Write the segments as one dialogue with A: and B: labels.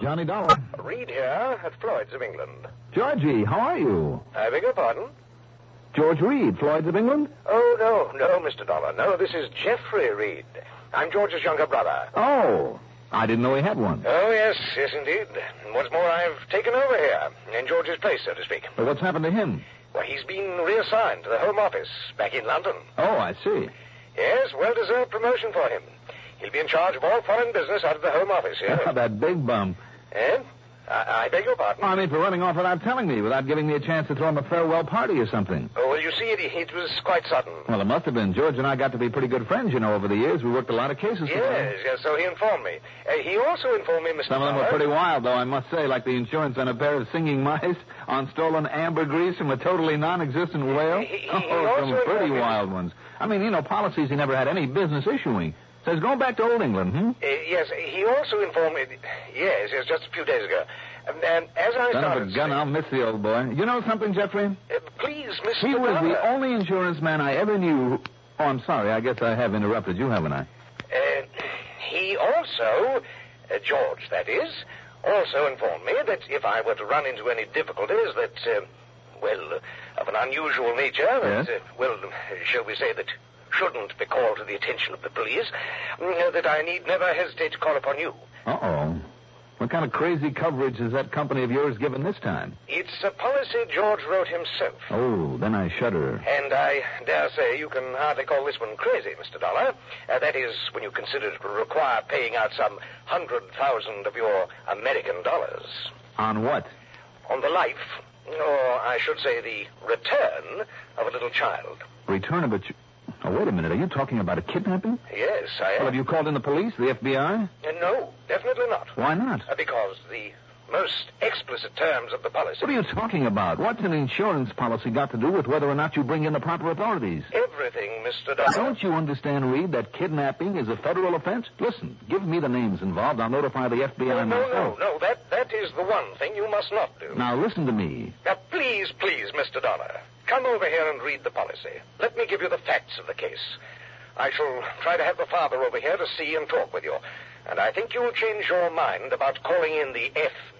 A: Johnny Dollar.
B: Reed here at Floyd's of England.
A: Georgie, how are you?
B: I beg your pardon?
A: George Reed, Floyd's of England?
B: Oh, no, no, Mr. Dollar. No, this is Jeffrey Reed. I'm George's younger brother.
A: Oh, I didn't know he had one.
B: Oh, yes, yes, indeed. And What's more, I've taken over here, in George's place, so to speak.
A: But what's happened to him?
B: Well, he's been reassigned to the Home Office back in London.
A: Oh, I see.
B: Yes, well deserved promotion for him. He'll be in charge of all foreign business out of the Home Office here.
A: that big bum.
B: eh? I, I beg your pardon.
A: I mean, for running off without telling me, without giving me a chance to throw him a farewell party or something.
B: Oh, well, you see, it, it was quite sudden.
A: Well, it must have been. George and I got to be pretty good friends, you know, over the years. We worked a lot of cases together.
B: Yes, yes, so he informed me. Uh, he also informed me, Mr.
A: Some of them were
B: Dollar-
A: pretty wild, though, I must say, like the insurance on a pair of singing mice, on stolen ambergris from a totally non-existent whale.
B: He- he- he
A: oh, some
B: also
A: pretty
B: informed me-
A: wild ones. I mean, you know, policies he never had any business issuing. Says, go back to old England, hmm?
B: Uh, yes, he also informed me. Yes, yes, just a few days ago. And, and as I
A: Son
B: started,
A: of a gun, I'll miss the old boy. You know something, Jeffrey?
B: uh, please, Mr.
A: He was
B: Dollar.
A: the only insurance man I ever knew. who- Oh, I'm sorry. I guess I have interrupted you, haven't I?
B: Uh, he also, uh, George, that is, also informed me that if I were to run into any difficulties that, uh, well, uh, of an unusual nature, that,
A: Yes?
B: uh, well, shall we say that shouldn't be called to the attention of the police, mm, uh, that I need never hesitate to call upon you.
A: Uh-oh. What kind of crazy coverage has that company of yours given this time?
B: It's a policy George wrote himself.
A: Oh, then I shudder.
B: And I dare say you can hardly call this one crazy, Mr. Dollar. Uh, that is, when you consider it will require paying out some hundred thousand of your American dollars
A: On what?
B: on the life, or I should say the return, of a little child.
A: Return of a... Ch- oh, wait a minute. Are you talking about a kidnapping?
B: Yes, I
A: Well,
B: am.
A: have you called in the police, the FBI?
B: Uh, no, definitely not.
A: Why not?
B: Uh, because the most explicit terms of the policy.
A: What are you talking about? What's an insurance policy got to do with whether or not you bring in the proper authorities?
B: Everything, Mr. Dollar.
A: Don't you understand, Reed, that kidnapping is a federal offense? Listen, give me the names involved. I'll notify the FBI
B: No, no,
A: myself.
B: no, no. That, that is the one thing you must not do.
A: Now, listen to me.
B: Now, please, please, Mr. Dollar, come over here and read the policy. Let me give you the facts of the case. I shall try to have the father over here to see and talk with you. And I think you'll change your mind about calling in the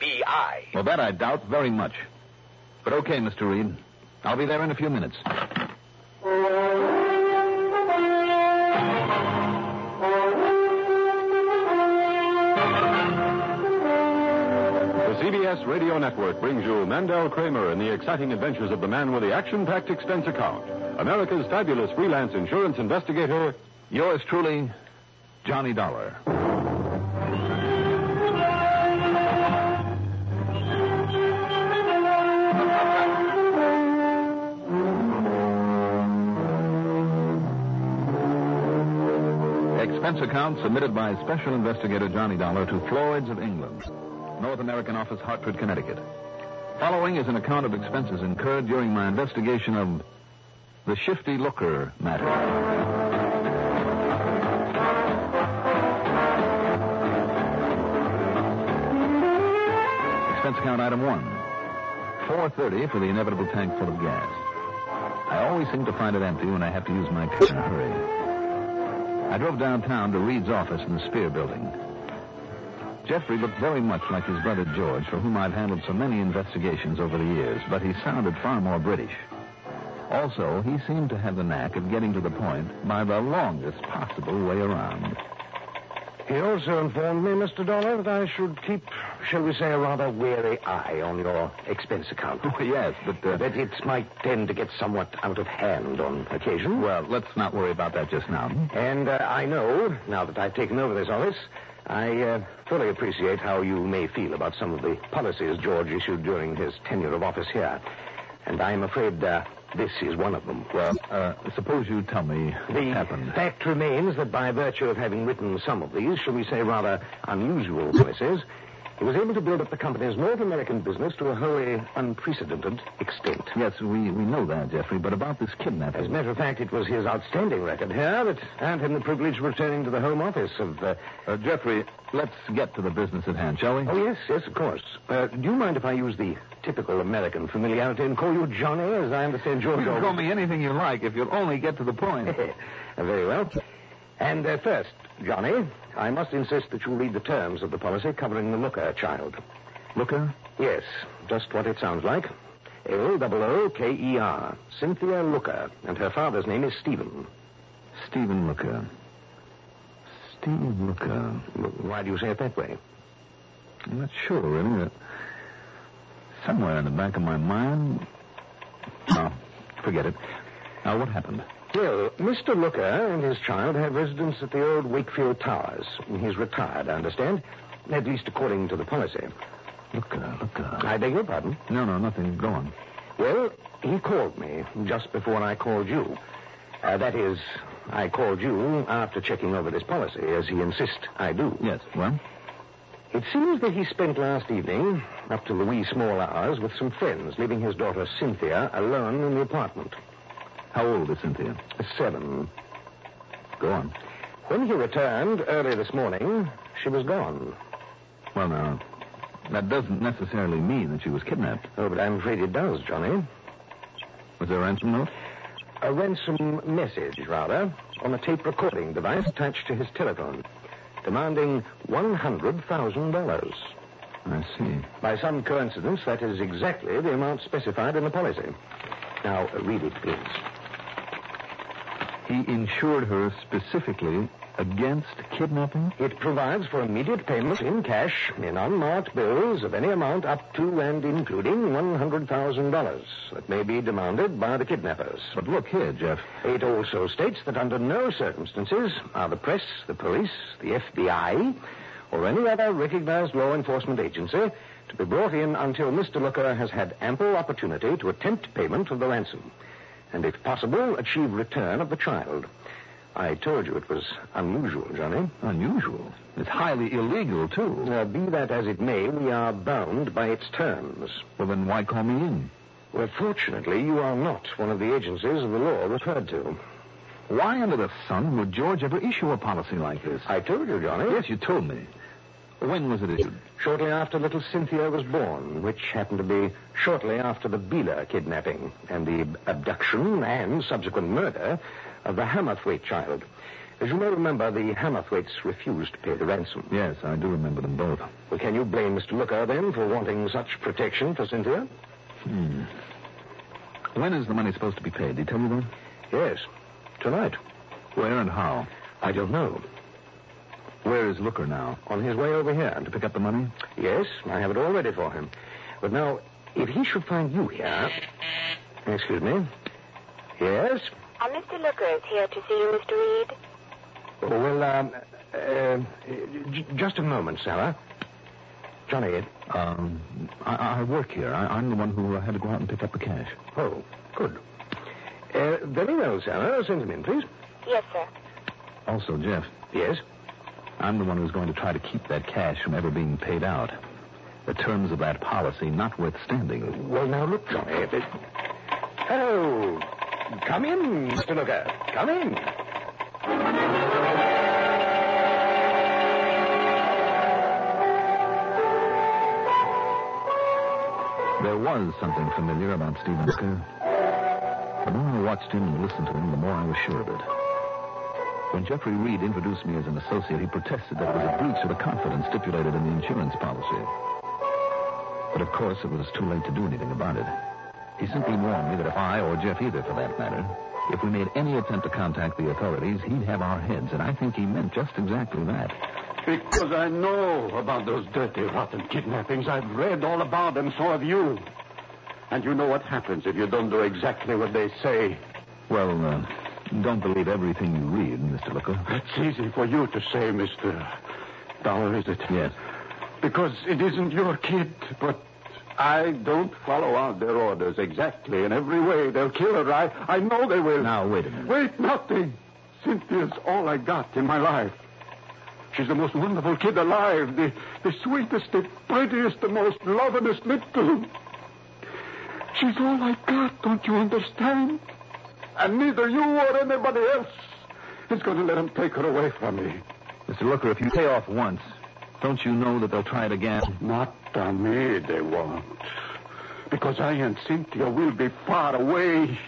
B: FBI.
A: Well, that I doubt very much. But okay, Mr. Reed. I'll be there in a few minutes.
C: The CBS Radio Network brings you Mandel Kramer and the exciting adventures of the man with the action packed expense account. America's fabulous freelance insurance investigator.
A: Yours truly, Johnny Dollar. Expense account submitted by Special Investigator Johnny Dollar to Floyd's of England, North American Office, Hartford, Connecticut. Following is an account of expenses incurred during my investigation of the Shifty Looker matter. Expense account item one. 4.30 for the inevitable tank full of gas. I always seem to find it empty when I have to use my car in a hurry. I drove downtown to Reed's office in the Spear building. Jeffrey looked very much like his brother George, for whom I've handled so many investigations over the years, but he sounded far more British. Also, he seemed to have the knack of getting to the point by the longest possible way around.
D: He also informed me, Mr. Dollar, that I should keep, shall we say, a rather wary eye on your expense account.
A: yes, but... uh,
D: That it might tend to get somewhat out of hand on occasion.
A: Well, let's not worry about that just now.
D: And uh, I know, now that I've taken over this office, I uh, fully appreciate how you may feel about some of the policies George issued during his tenure of office here. And I'm afraid uh, this is one of them. Well,
A: Uh, suppose you tell me what
D: The
A: happened.
D: fact remains that by virtue of having written some of these, shall we say, rather unusual policies, he was able to build up the company's North American business to a wholly unprecedented extent.
A: Yes, we, we know that, Jeffrey, but about this
D: As a
A: kidnapping.
D: matter of fact, it was his outstanding record here that earned him the privilege of returning to the Home Office of. Uh...
A: Uh, Jeffrey, let's get to the business at hand, shall we?
D: Oh, yes, yes, of course. Uh, do you mind if I use the typical American familiarity and call you Johnny, as I understand George?
A: You can
D: always-
A: call me anything you like if you'll only get to the point.
D: Uh, Very well.
E: And uh, first, Johnny, I must insist that you read the terms of the policy covering the Looker child.
A: Looker?
E: Yes, just what it sounds like.
D: E
E: L-O-O-K-E-R, Cynthia Looker, and her father's name is Stephen.
A: Stephen Looker. Stephen Looker.
E: Why do you say it that way?
A: I'm not sure, really. but Somewhere in the back of my mind. Oh, forget it. Now, what happened?
E: Well, Mr. Looker and his child have residence at the old Wakefield Towers. He's retired, I understand, at least according to the policy.
A: Looker, Looker.
E: I beg your pardon?
A: No, no, nothing. Go on.
E: Well, he called me just before I called you. Uh, that is, I called you after checking over this policy, as he insists I do.
A: Yes, well?
E: It seems that he spent last evening up to the wee small hours with some friends, leaving his daughter Cynthia alone in the apartment.
A: How old is Cynthia?
E: Seven.
A: Go on.
E: When he returned early this morning, she was gone.
A: Well, now, that doesn't necessarily mean that she was kidnapped.
E: Oh, but I'm afraid it does, Johnny.
A: Was there a ransom note?
E: A ransom message, rather, on a tape recording device attached to his telephone, demanding $100,000.
A: I see.
E: By some coincidence, that is exactly the amount specified in the policy. Now, read it, please.
A: He insured her specifically against kidnapping?
E: It provides for immediate payment in cash in unmarked bills of any amount up to and including $100,000 that may be demanded by the kidnappers.
A: But look here, Jeff.
E: It also states that under no circumstances are the press, the police, the FBI, or any other recognized law enforcement agency to be brought in until Mr. Looker has had ample opportunity to attempt payment of the ransom, and if possible, achieve return of the child. I told you it was unusual, Johnny.
A: Unusual. It's highly illegal, too.
E: Uh, be that as it may, we are bound by its terms.
A: Well, then why call me in?
E: Well, fortunately, you are not one of the agencies of the law referred to.
A: Why under the sun would George ever issue a policy like this?
E: I told you, Johnny.
A: Yes, you told me. When was it issued?
E: Shortly after little Cynthia was born, which happened to be shortly after the Beeler kidnapping and the abduction and subsequent murder of the Hammerthwaite child. As you may remember, the Hammerthwaites refused to pay the ransom.
A: Yes, I do remember them both.
E: Well, can you blame Mr. Looker, then, for wanting such protection for Cynthia?
A: When is the money supposed to be paid? Did he tell you that?
E: Yes. Tonight.
A: Where and how?
E: I don't know.
A: Where is Looker now?
E: On his way over here.
A: To pick up the money?
E: Yes, I have it all ready for him. But now, if he should find you here. Excuse me. Yes?
B: Uh, Mr. Looker is here to see you, Mr. Reed.
E: Oh, well, um, uh, j- just a moment, Sarah. Johnny, uh,
A: Um, I, I work here. I, I'm the one who uh, had to go out and pick up the cash.
E: oh, good. Uh, very well, Sarah. Send him in, please.
B: Yes, sir.
A: Also, Jeff,
E: Yes?
A: I'm the one who's going to try to keep that cash from ever being paid out. The terms of that policy notwithstanding.
E: Well, now, look, Johnny. It... Oh, come in, Mr. Looker. Come in.
A: There was something familiar about Stephen Looker. The more I watched him and listened to him, the more I was sure of it. When Jeffrey Reed introduced me as an associate, he protested that it was a breach of the confidence stipulated in the insurance policy. But of course, it was too late to do anything about it. He simply warned me that if I, or Jeff either for that matter, if we made any attempt to contact the authorities, he'd have our heads, and I think he meant just exactly that.
F: Because I know about those dirty, rotten kidnappings. I've read all about them, so have you. And you know what happens if you don't do exactly what they say.
A: Well, uh, don't believe everything you read, Mr. Looker.
F: That's easy for you to say, Mr. Dollar, is it?
A: Yes.
F: Because it isn't your kid, but I don't follow out their orders exactly in every way. They'll kill her. I, I know they will.
A: Now, wait a minute.
F: Wait, nothing. Cynthia's all I got in my life. She's the most wonderful kid alive, the, the sweetest, the prettiest, the most lovingest little. She's all I got, don't you understand? And neither you or anybody else is going to let him take her away from me.
A: Mr. Looker, if you pay off once, don't you know that they'll try it again?
F: Not on me, they won't. Because I and Cynthia will be far away.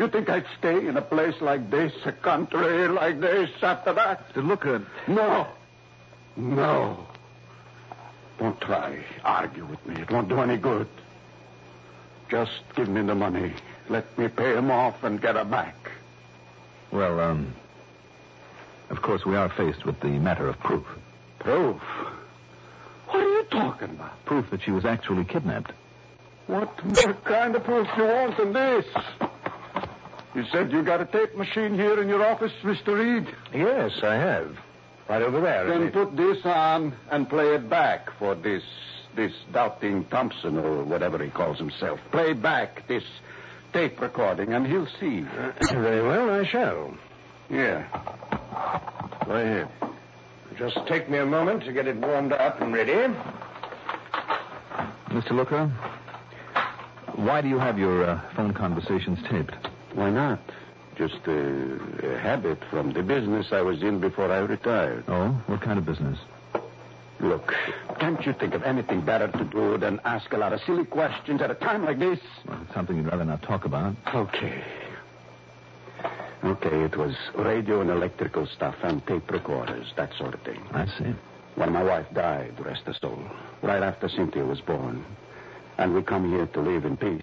E: You think I'd stay in a place like this, a country like this, after that?
A: Mr. Looker,
E: No. No. Don't try. Argue with me. It won't do any good. Just give me the money. Let me pay him off and get her back.
A: well, um, of course we are faced with the matter of proof.
E: Proof? What are you talking about?
A: Proof that she was actually kidnapped.
E: What more kind of proof you want than this? You said you got a tape machine here in your office, Mr. Reed.
D: Yes, I have. Right over there.
E: Then
D: isn't it?
E: put this on and play it back for this this doubting Thompson or whatever he calls himself. Play back this tape recording and he'll see.
D: Very well, I shall.
E: Yeah.
D: Right here. Just take me a moment to get it warmed up and ready.
A: Mr. Looker, why do you have your uh, phone conversations taped?
E: Why not? Just a, a habit from the business I was in before I retired.
A: Oh, what kind of business?
E: Look, can't you think of anything better to do than ask a lot of silly questions at a time like this?
A: Well, it's something you'd rather not talk about.
E: Okay. Okay, it was radio and electrical stuff and tape recorders, that sort of thing.
A: I see.
E: When my wife died, rest her soul, right after Cynthia was born. And we come here to live in peace.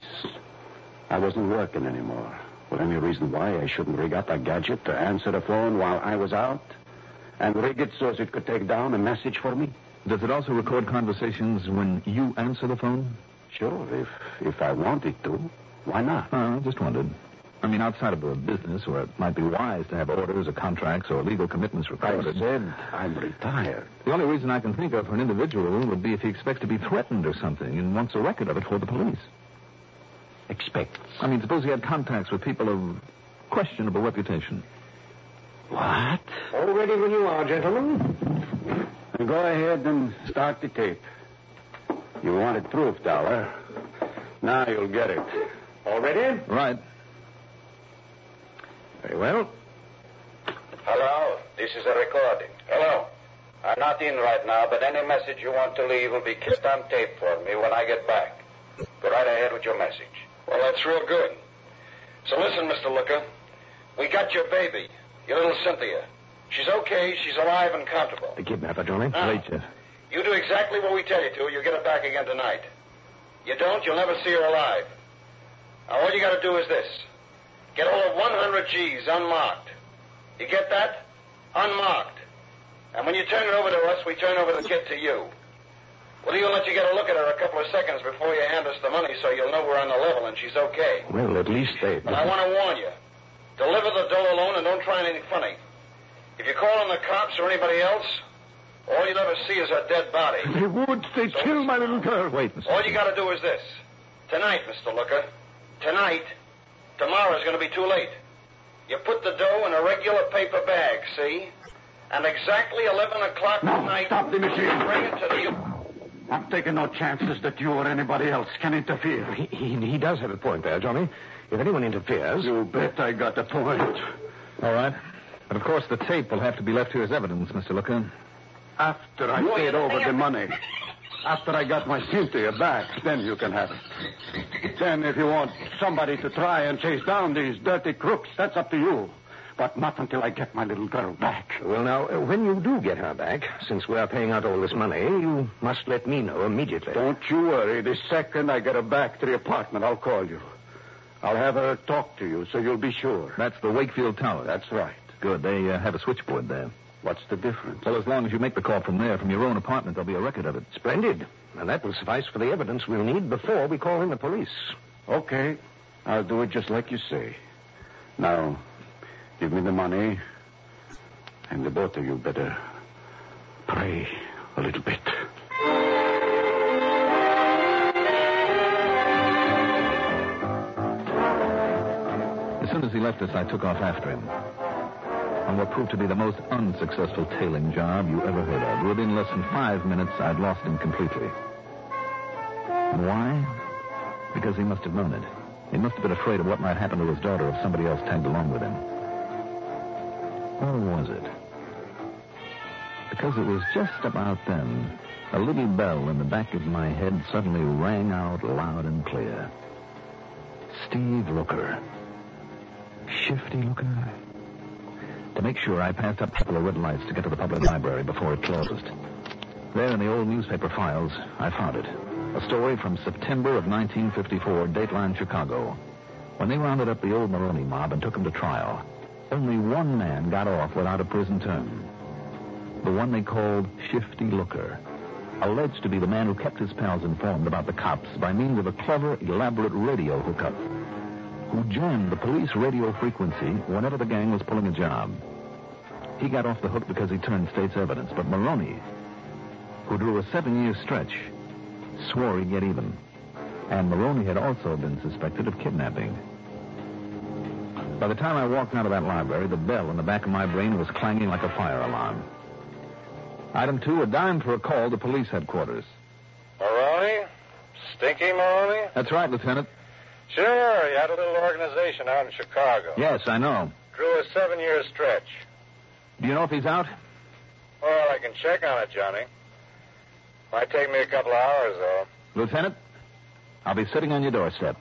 E: I wasn't working anymore. Well, any reason why I shouldn't rig up a gadget to answer the phone while I was out? And rig it so as it could take down a message for me?
A: Does it also record conversations when you answer the phone?
E: Sure, if if I wanted to. Why not?
A: Uh, I just wondered. I mean, outside of a business where it might be wise to have orders or contracts or legal commitments recorded.
E: said I'm retired.
A: The only reason I can think of for an individual would be if he expects to be threatened or something and wants a record of it for the police.
E: Expects.
A: I mean, suppose he had contacts with people of questionable reputation.
E: What?
D: All ready when you are, gentlemen.
E: Go ahead and start the tape. You wanted proof, Dollar. Now you'll get it.
D: All ready?
A: Right.
D: Very well.
B: Hello, this is a recording. Hello. I'm not in right now, but any message you want to leave will be kept on tape for me when I get back. Go right ahead with your message. Well, that's real good. So listen, Mr. Looker. We got your baby, your little Cynthia. She's okay, she's alive and comfortable.
D: The kidnapper, Johnny.
B: Ah.
A: Right, Jeff.
B: You do exactly what we tell you to, you get her back again tonight. You don't, you'll never see her alive. Now, all you gotta do is this get all of 100 G's unmarked. You get that? Unmarked. And when you turn it over to us, we turn over the kid to you. We'll even let you get a look at her a couple of seconds before you hand us the money so you'll know we're on the level and she's okay.
D: Well, at least they.
B: But I want to warn you. Deliver the dough alone and don't try anything funny. If you call on the cops or anybody else, all you'll ever see is a dead body.
E: They would. They killed my little girl.
A: Wait, Mr.
B: All you got to do is this. Tonight, Mr. Looker, tonight, tomorrow's going to be too late. You put the dough in a regular paper bag, see? And exactly 11 o'clock
E: No,
B: tonight.
E: stop the machine.
B: Bring it to the.
E: I'm taking no chances that you or anybody else can interfere.
D: He, he, he does have a point there, Johnny. If anyone interferes.
E: You bet I got the point.
A: All right. But of course, the tape will have to be left here as evidence, Mr. Looker.
E: After I paid over the money, after I got my Cynthia back, then you can have it. Then, if you want somebody to try and chase down these dirty crooks, that's up to you. But not until I get my little girl back.
D: Well, now, uh, when you do get her back, since we are paying out all this money, you must let me know immediately.
E: Don't you worry. The second I get her back to the apartment, I'll call you. I'll have her talk to you, so you'll be sure.
A: That's the Wakefield Tower.
E: That's right.
A: good. They uh, have a switchboard there.
E: What's the difference?
A: Well, as long as you make the call from there, from your own apartment, there'll be a record of it.
D: Splendid. And that will suffice for the evidence we'll need before we call in the police.
E: Okay. I'll do it just like you say. Now, give me the money. And the both of you better pray a little bit.
A: As soon as he left us, I took off after him. On what proved to be the most unsuccessful tailing job you ever heard of. Within less than five minutes, I'd lost him completely. And why? Because he must have known it. He must have been afraid of what might happen to his daughter if somebody else tagged along with him. Or was it? Because it was just about then, a little bell in the back of my head suddenly rang out loud and clear. Steve Rooker. shifty look eye. To make sure, I passed up a couple of red lights to get to the public library before it closed. There in the old newspaper files, I found it. A story from September of 1954, Dateline Chicago. When they rounded up the old Maroney mob and took him to trial, only one man got off without a prison term. The one they called Shifty Looker, alleged to be the man who kept his pals informed about the cops by means of a clever, elaborate radio hookup, who jammed the police radio frequency whenever the gang was pulling a job. He got off the hook because he turned state's evidence, but Maroney, who drew a seven year stretch, swore he'd get even. And Maroney had also been suspected of kidnapping. By the time I walked out of that library, the bell in the back of my brain was clanging like a fire alarm. Item two, a dime for a call to police headquarters.
B: Maroney? Stinky Maroney?
A: That's right, Lieutenant.
B: Sure, you had a little organization out in Chicago.
A: Yes, I know.
B: Drew a seven year stretch.
A: Do you know if he's out?
B: Well, I can check on it, Johnny. Might take me a couple of hours, though.
A: Lieutenant, I'll be sitting on your doorstep.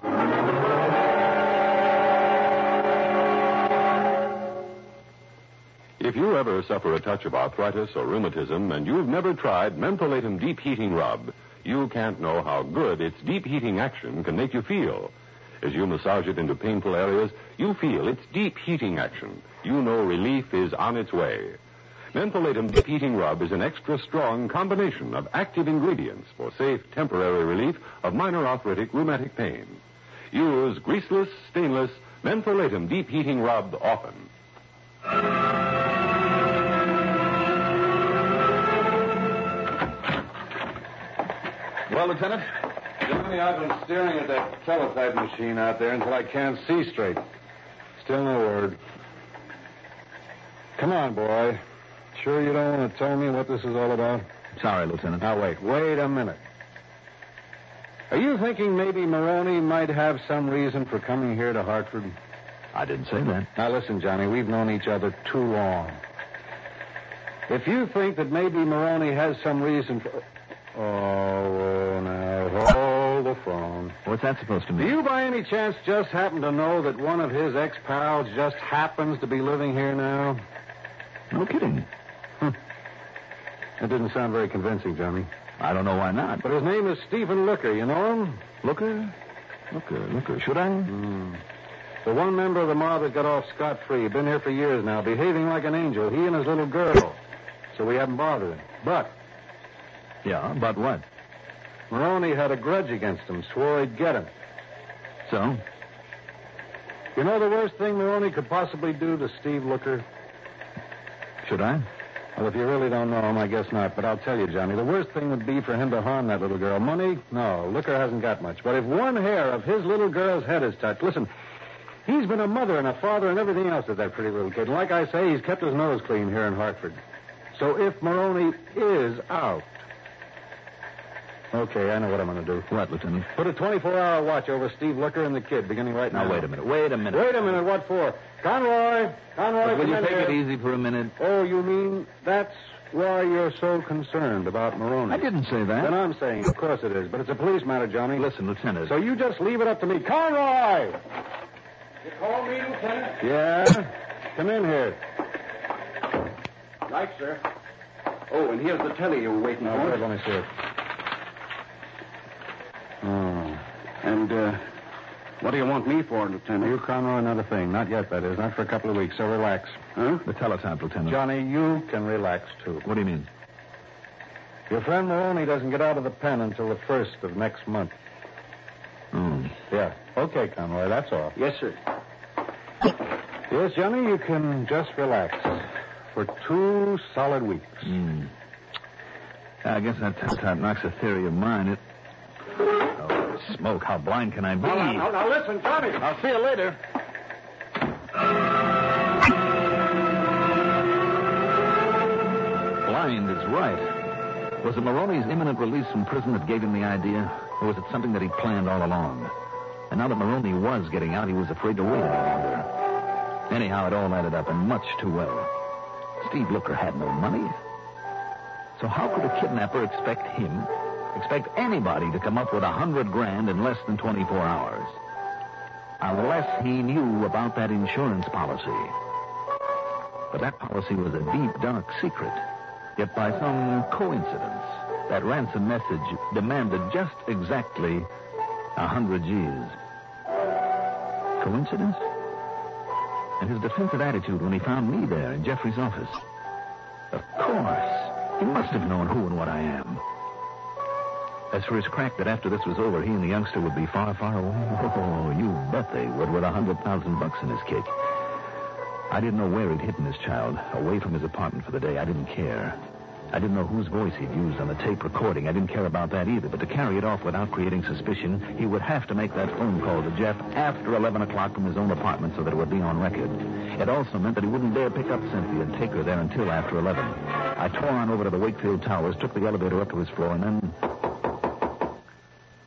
C: If you ever suffer a touch of arthritis or rheumatism and you've never tried Mentholatum Deep Heating Rub, you can't know how good its deep heating action can make you feel. As you massage it into painful areas, you feel its deep heating action. You know relief is on its way. Mentholatum Deep Heating Rub is an extra strong combination of active ingredients for safe temporary relief of minor arthritic rheumatic pain. Use greaseless, stainless Mentholatum Deep Heating Rub often.
A: Well, Lieutenant?
E: Johnny, I've been staring at that teletype machine out there until I can't see straight. Still no word. Come on, boy. Sure you don't want to tell me what this is all about?
A: Sorry, Lieutenant.
E: Now, wait. Wait a minute. Are you thinking maybe Maroney might have some reason for coming here to Hartford?
A: I didn't say that.
E: Now, listen, Johnny, we've known each other too long. If you think that maybe Maroney has some reason for. Oh, oh, now, hold the phone.
A: What's that supposed to
E: Do
A: mean?
E: you, by any chance, just happen to know that one of his ex pals just happens to be living here now?
A: No kidding.
E: That didn't sound very convincing, Johnny.
A: I don't know why not.
E: But his name is Stephen Looker. You know him?
A: Looker? Looker, looker. Should I?
E: The one member of the mob that got off scot free. Been here for years now, behaving like an angel. He and his little girl. So we haven't bothered him. But
A: Yeah, but what?
E: Maroney had a grudge against him, swore he'd get him.
A: So?
E: You know the worst thing Maroney could possibly do to Steve Looker?
A: Should I?
E: Well, if you really don't know him, I guess not. But I'll tell you, Johnny, the worst thing would be for him to harm that little girl. Money? No, Looker hasn't got much. But if one hair of his little girl's head is touched, listen, he's been a mother and a father and everything else to that pretty little kid. And like I say, he's kept his nose clean here in Hartford. So if Maroney is out. Okay, I know what I'm going to do.
A: What, Lieutenant?
E: Put a 24 hour watch over Steve Looker and the kid, beginning right now.
A: Now, wait a minute. Wait a minute.
E: Wait a minute, what for? Conroy! Conroy,
A: Will
E: come
A: you
E: in
A: take
E: here.
A: it easy for a minute?
E: Oh, you mean that's why you're so concerned about Maroney?
A: I didn't say
E: Then
A: that.
E: I'm saying, of course it is, but it's a police matter, Johnny.
A: Listen, Lieutenant.
E: So you just leave it up to me. Conroy! You call me, Lieutenant? Yeah? Come in here. Right, sir. Oh, and here's the telly you were waiting for. Let me see it. Oh. And, uh, what do you want me for, Lieutenant? You, Conroy, another thing. Not yet, that is. Not for a couple of weeks, so relax. Huh?
A: the teletype, Lieutenant.
E: Johnny, you can relax, too.
A: What do you mean?
E: Your friend Maloney doesn't get out of the pen until the first of next month. Hmm.
A: Oh.
E: Yeah. Okay, Conroy, that's all.
D: Yes, sir.
E: Yes, Johnny, you can just relax for two solid weeks.
A: Hmm. I guess that teletype knocks a theory of mine. It... Oh, smoke. How blind can I be?
E: now listen, Johnny.
A: I'll see you later. Blind is right. Was it Maroney's imminent release from prison that gave him the idea, or was it something that he planned all along? And now that Maroney was getting out, he was afraid to wait any longer. Anyhow, it all added up, and much too well. Steve Looker had no money. So how could a kidnapper expect him, expect anybody to come up with a hundred grand in less than 24 hours? unless he knew about that insurance policy. But that policy was a deep, dark secret. Yet by some coincidence, that ransom message demanded just exactly a hundred G's. Coincidence? And his defensive attitude when he found me there in Jeffrey's office. Of course. He must have known who and what I am. As for his crack that after this was over, he and the youngster would be far, far away. Oh, you bet they would with a hundred thousand bucks in his kick. I didn't know where he'd hidden his child, away from his apartment for the day. I didn't care. I didn't know whose voice he'd used on the tape recording. I didn't care about that either. But to carry it off without creating suspicion, he would have to make that phone call to Jeff after 11 o'clock from his own apartment so that it would be on record. It also meant that he wouldn't dare pick up Cynthia and take her there until after 11. I tore on over to the Wakefield Towers, took the elevator up to his floor, and then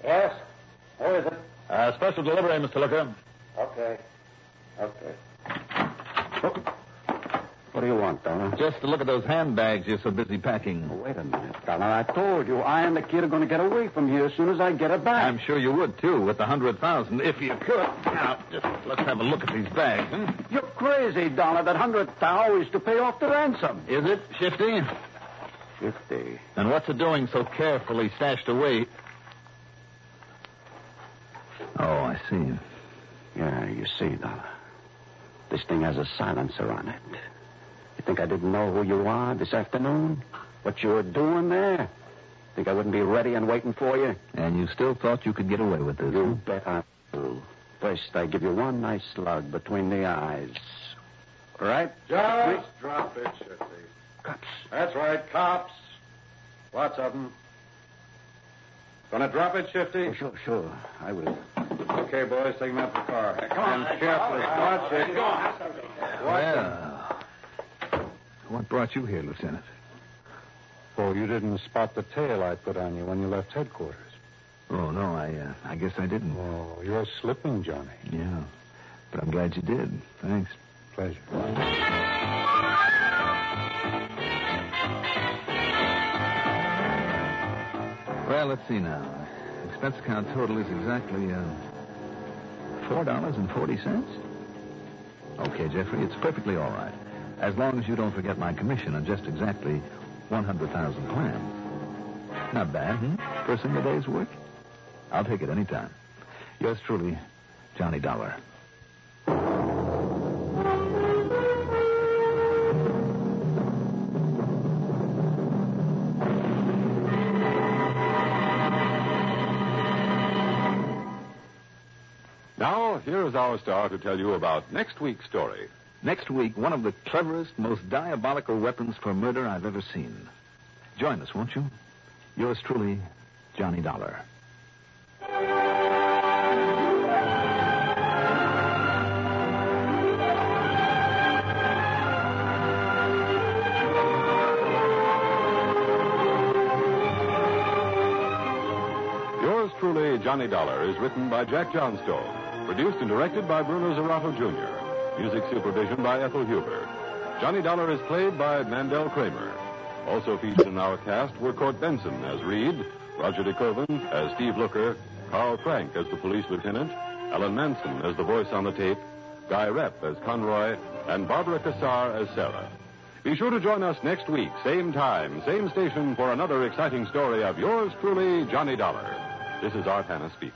G: Yes? Where is it?
H: Uh, special delivery, Mr. Looker.
G: Okay. Okay. What do you want, Donna?
A: Just to look at those handbags you're so busy packing.
G: Wait a minute, Donna. I told you I and the kid are going to get away from here as soon as I get it back.
A: I'm sure you would, too, with the hundred thousand, if you could. Now, just let's have a look at these bags, hmm?
G: You're crazy, Donna. That hundred thou is to pay off the ransom.
A: Is it, Shifty?
G: Fifty.
A: And what's it doing so carefully stashed away? Oh, I see.
G: Yeah, you see, Donna. This thing has a silencer on it. You think I didn't know who you are this afternoon? What you were doing there? Think I wouldn't be ready and waiting for you?
A: And you still thought you could get away with this?
G: You bet I do. First, I give you one nice slug between the eyes. All right?
I: Just drop it, Shifty.
G: Cops.
I: That's right, cops. Lots of them. Gonna drop it, Shifty?
G: Sure, sure. I will.
I: Okay, boys, take him out the car. come on. And carefully. Watch it. Watch it.
A: Well, what brought you here, Lieutenant?
I: Oh, you didn't spot the tail I put on you when you left headquarters.
A: Oh, no, I, uh, I guess I didn't.
I: Oh, you're slipping, Johnny.
A: Yeah, but I'm glad you did. Thanks.
I: Pleasure.
A: Well, let's see now. Expense account total is exactly uh, four dollars and forty cents. Okay, Jeffrey, it's perfectly all right, as long as you don't forget my commission on just exactly one hundred thousand plans. Not bad, hmm? For a single day's work. I'll take it any time. Yours truly, Johnny Dollar.
C: Now, here is our star to tell you about next week's story.
A: Next week, one of the cleverest, most diabolical weapons for murder I've ever seen. Join us, won't you? Yours truly, Johnny Dollar.
C: Yours truly, Johnny Dollar, is written by Jack Johnstone, produced and directed by Bruno Zerato Jr., music supervision by Ethel Huber. Johnny Dollar is played by Mandel Kramer. Also featured in our cast were Court Benson as Reed, Roger DeCoven as Steve Looker, Carl Frank as the police lieutenant, Ellen Manson as the voice on the tape, Guy Rep as Conroy, and Barbara Cassar as Sarah. Be sure to join us next week, same time, same station, for another exciting story of yours truly, Johnny Dollar. This is Art Hannah speaking.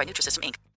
J: by Nutrisystem, Inc.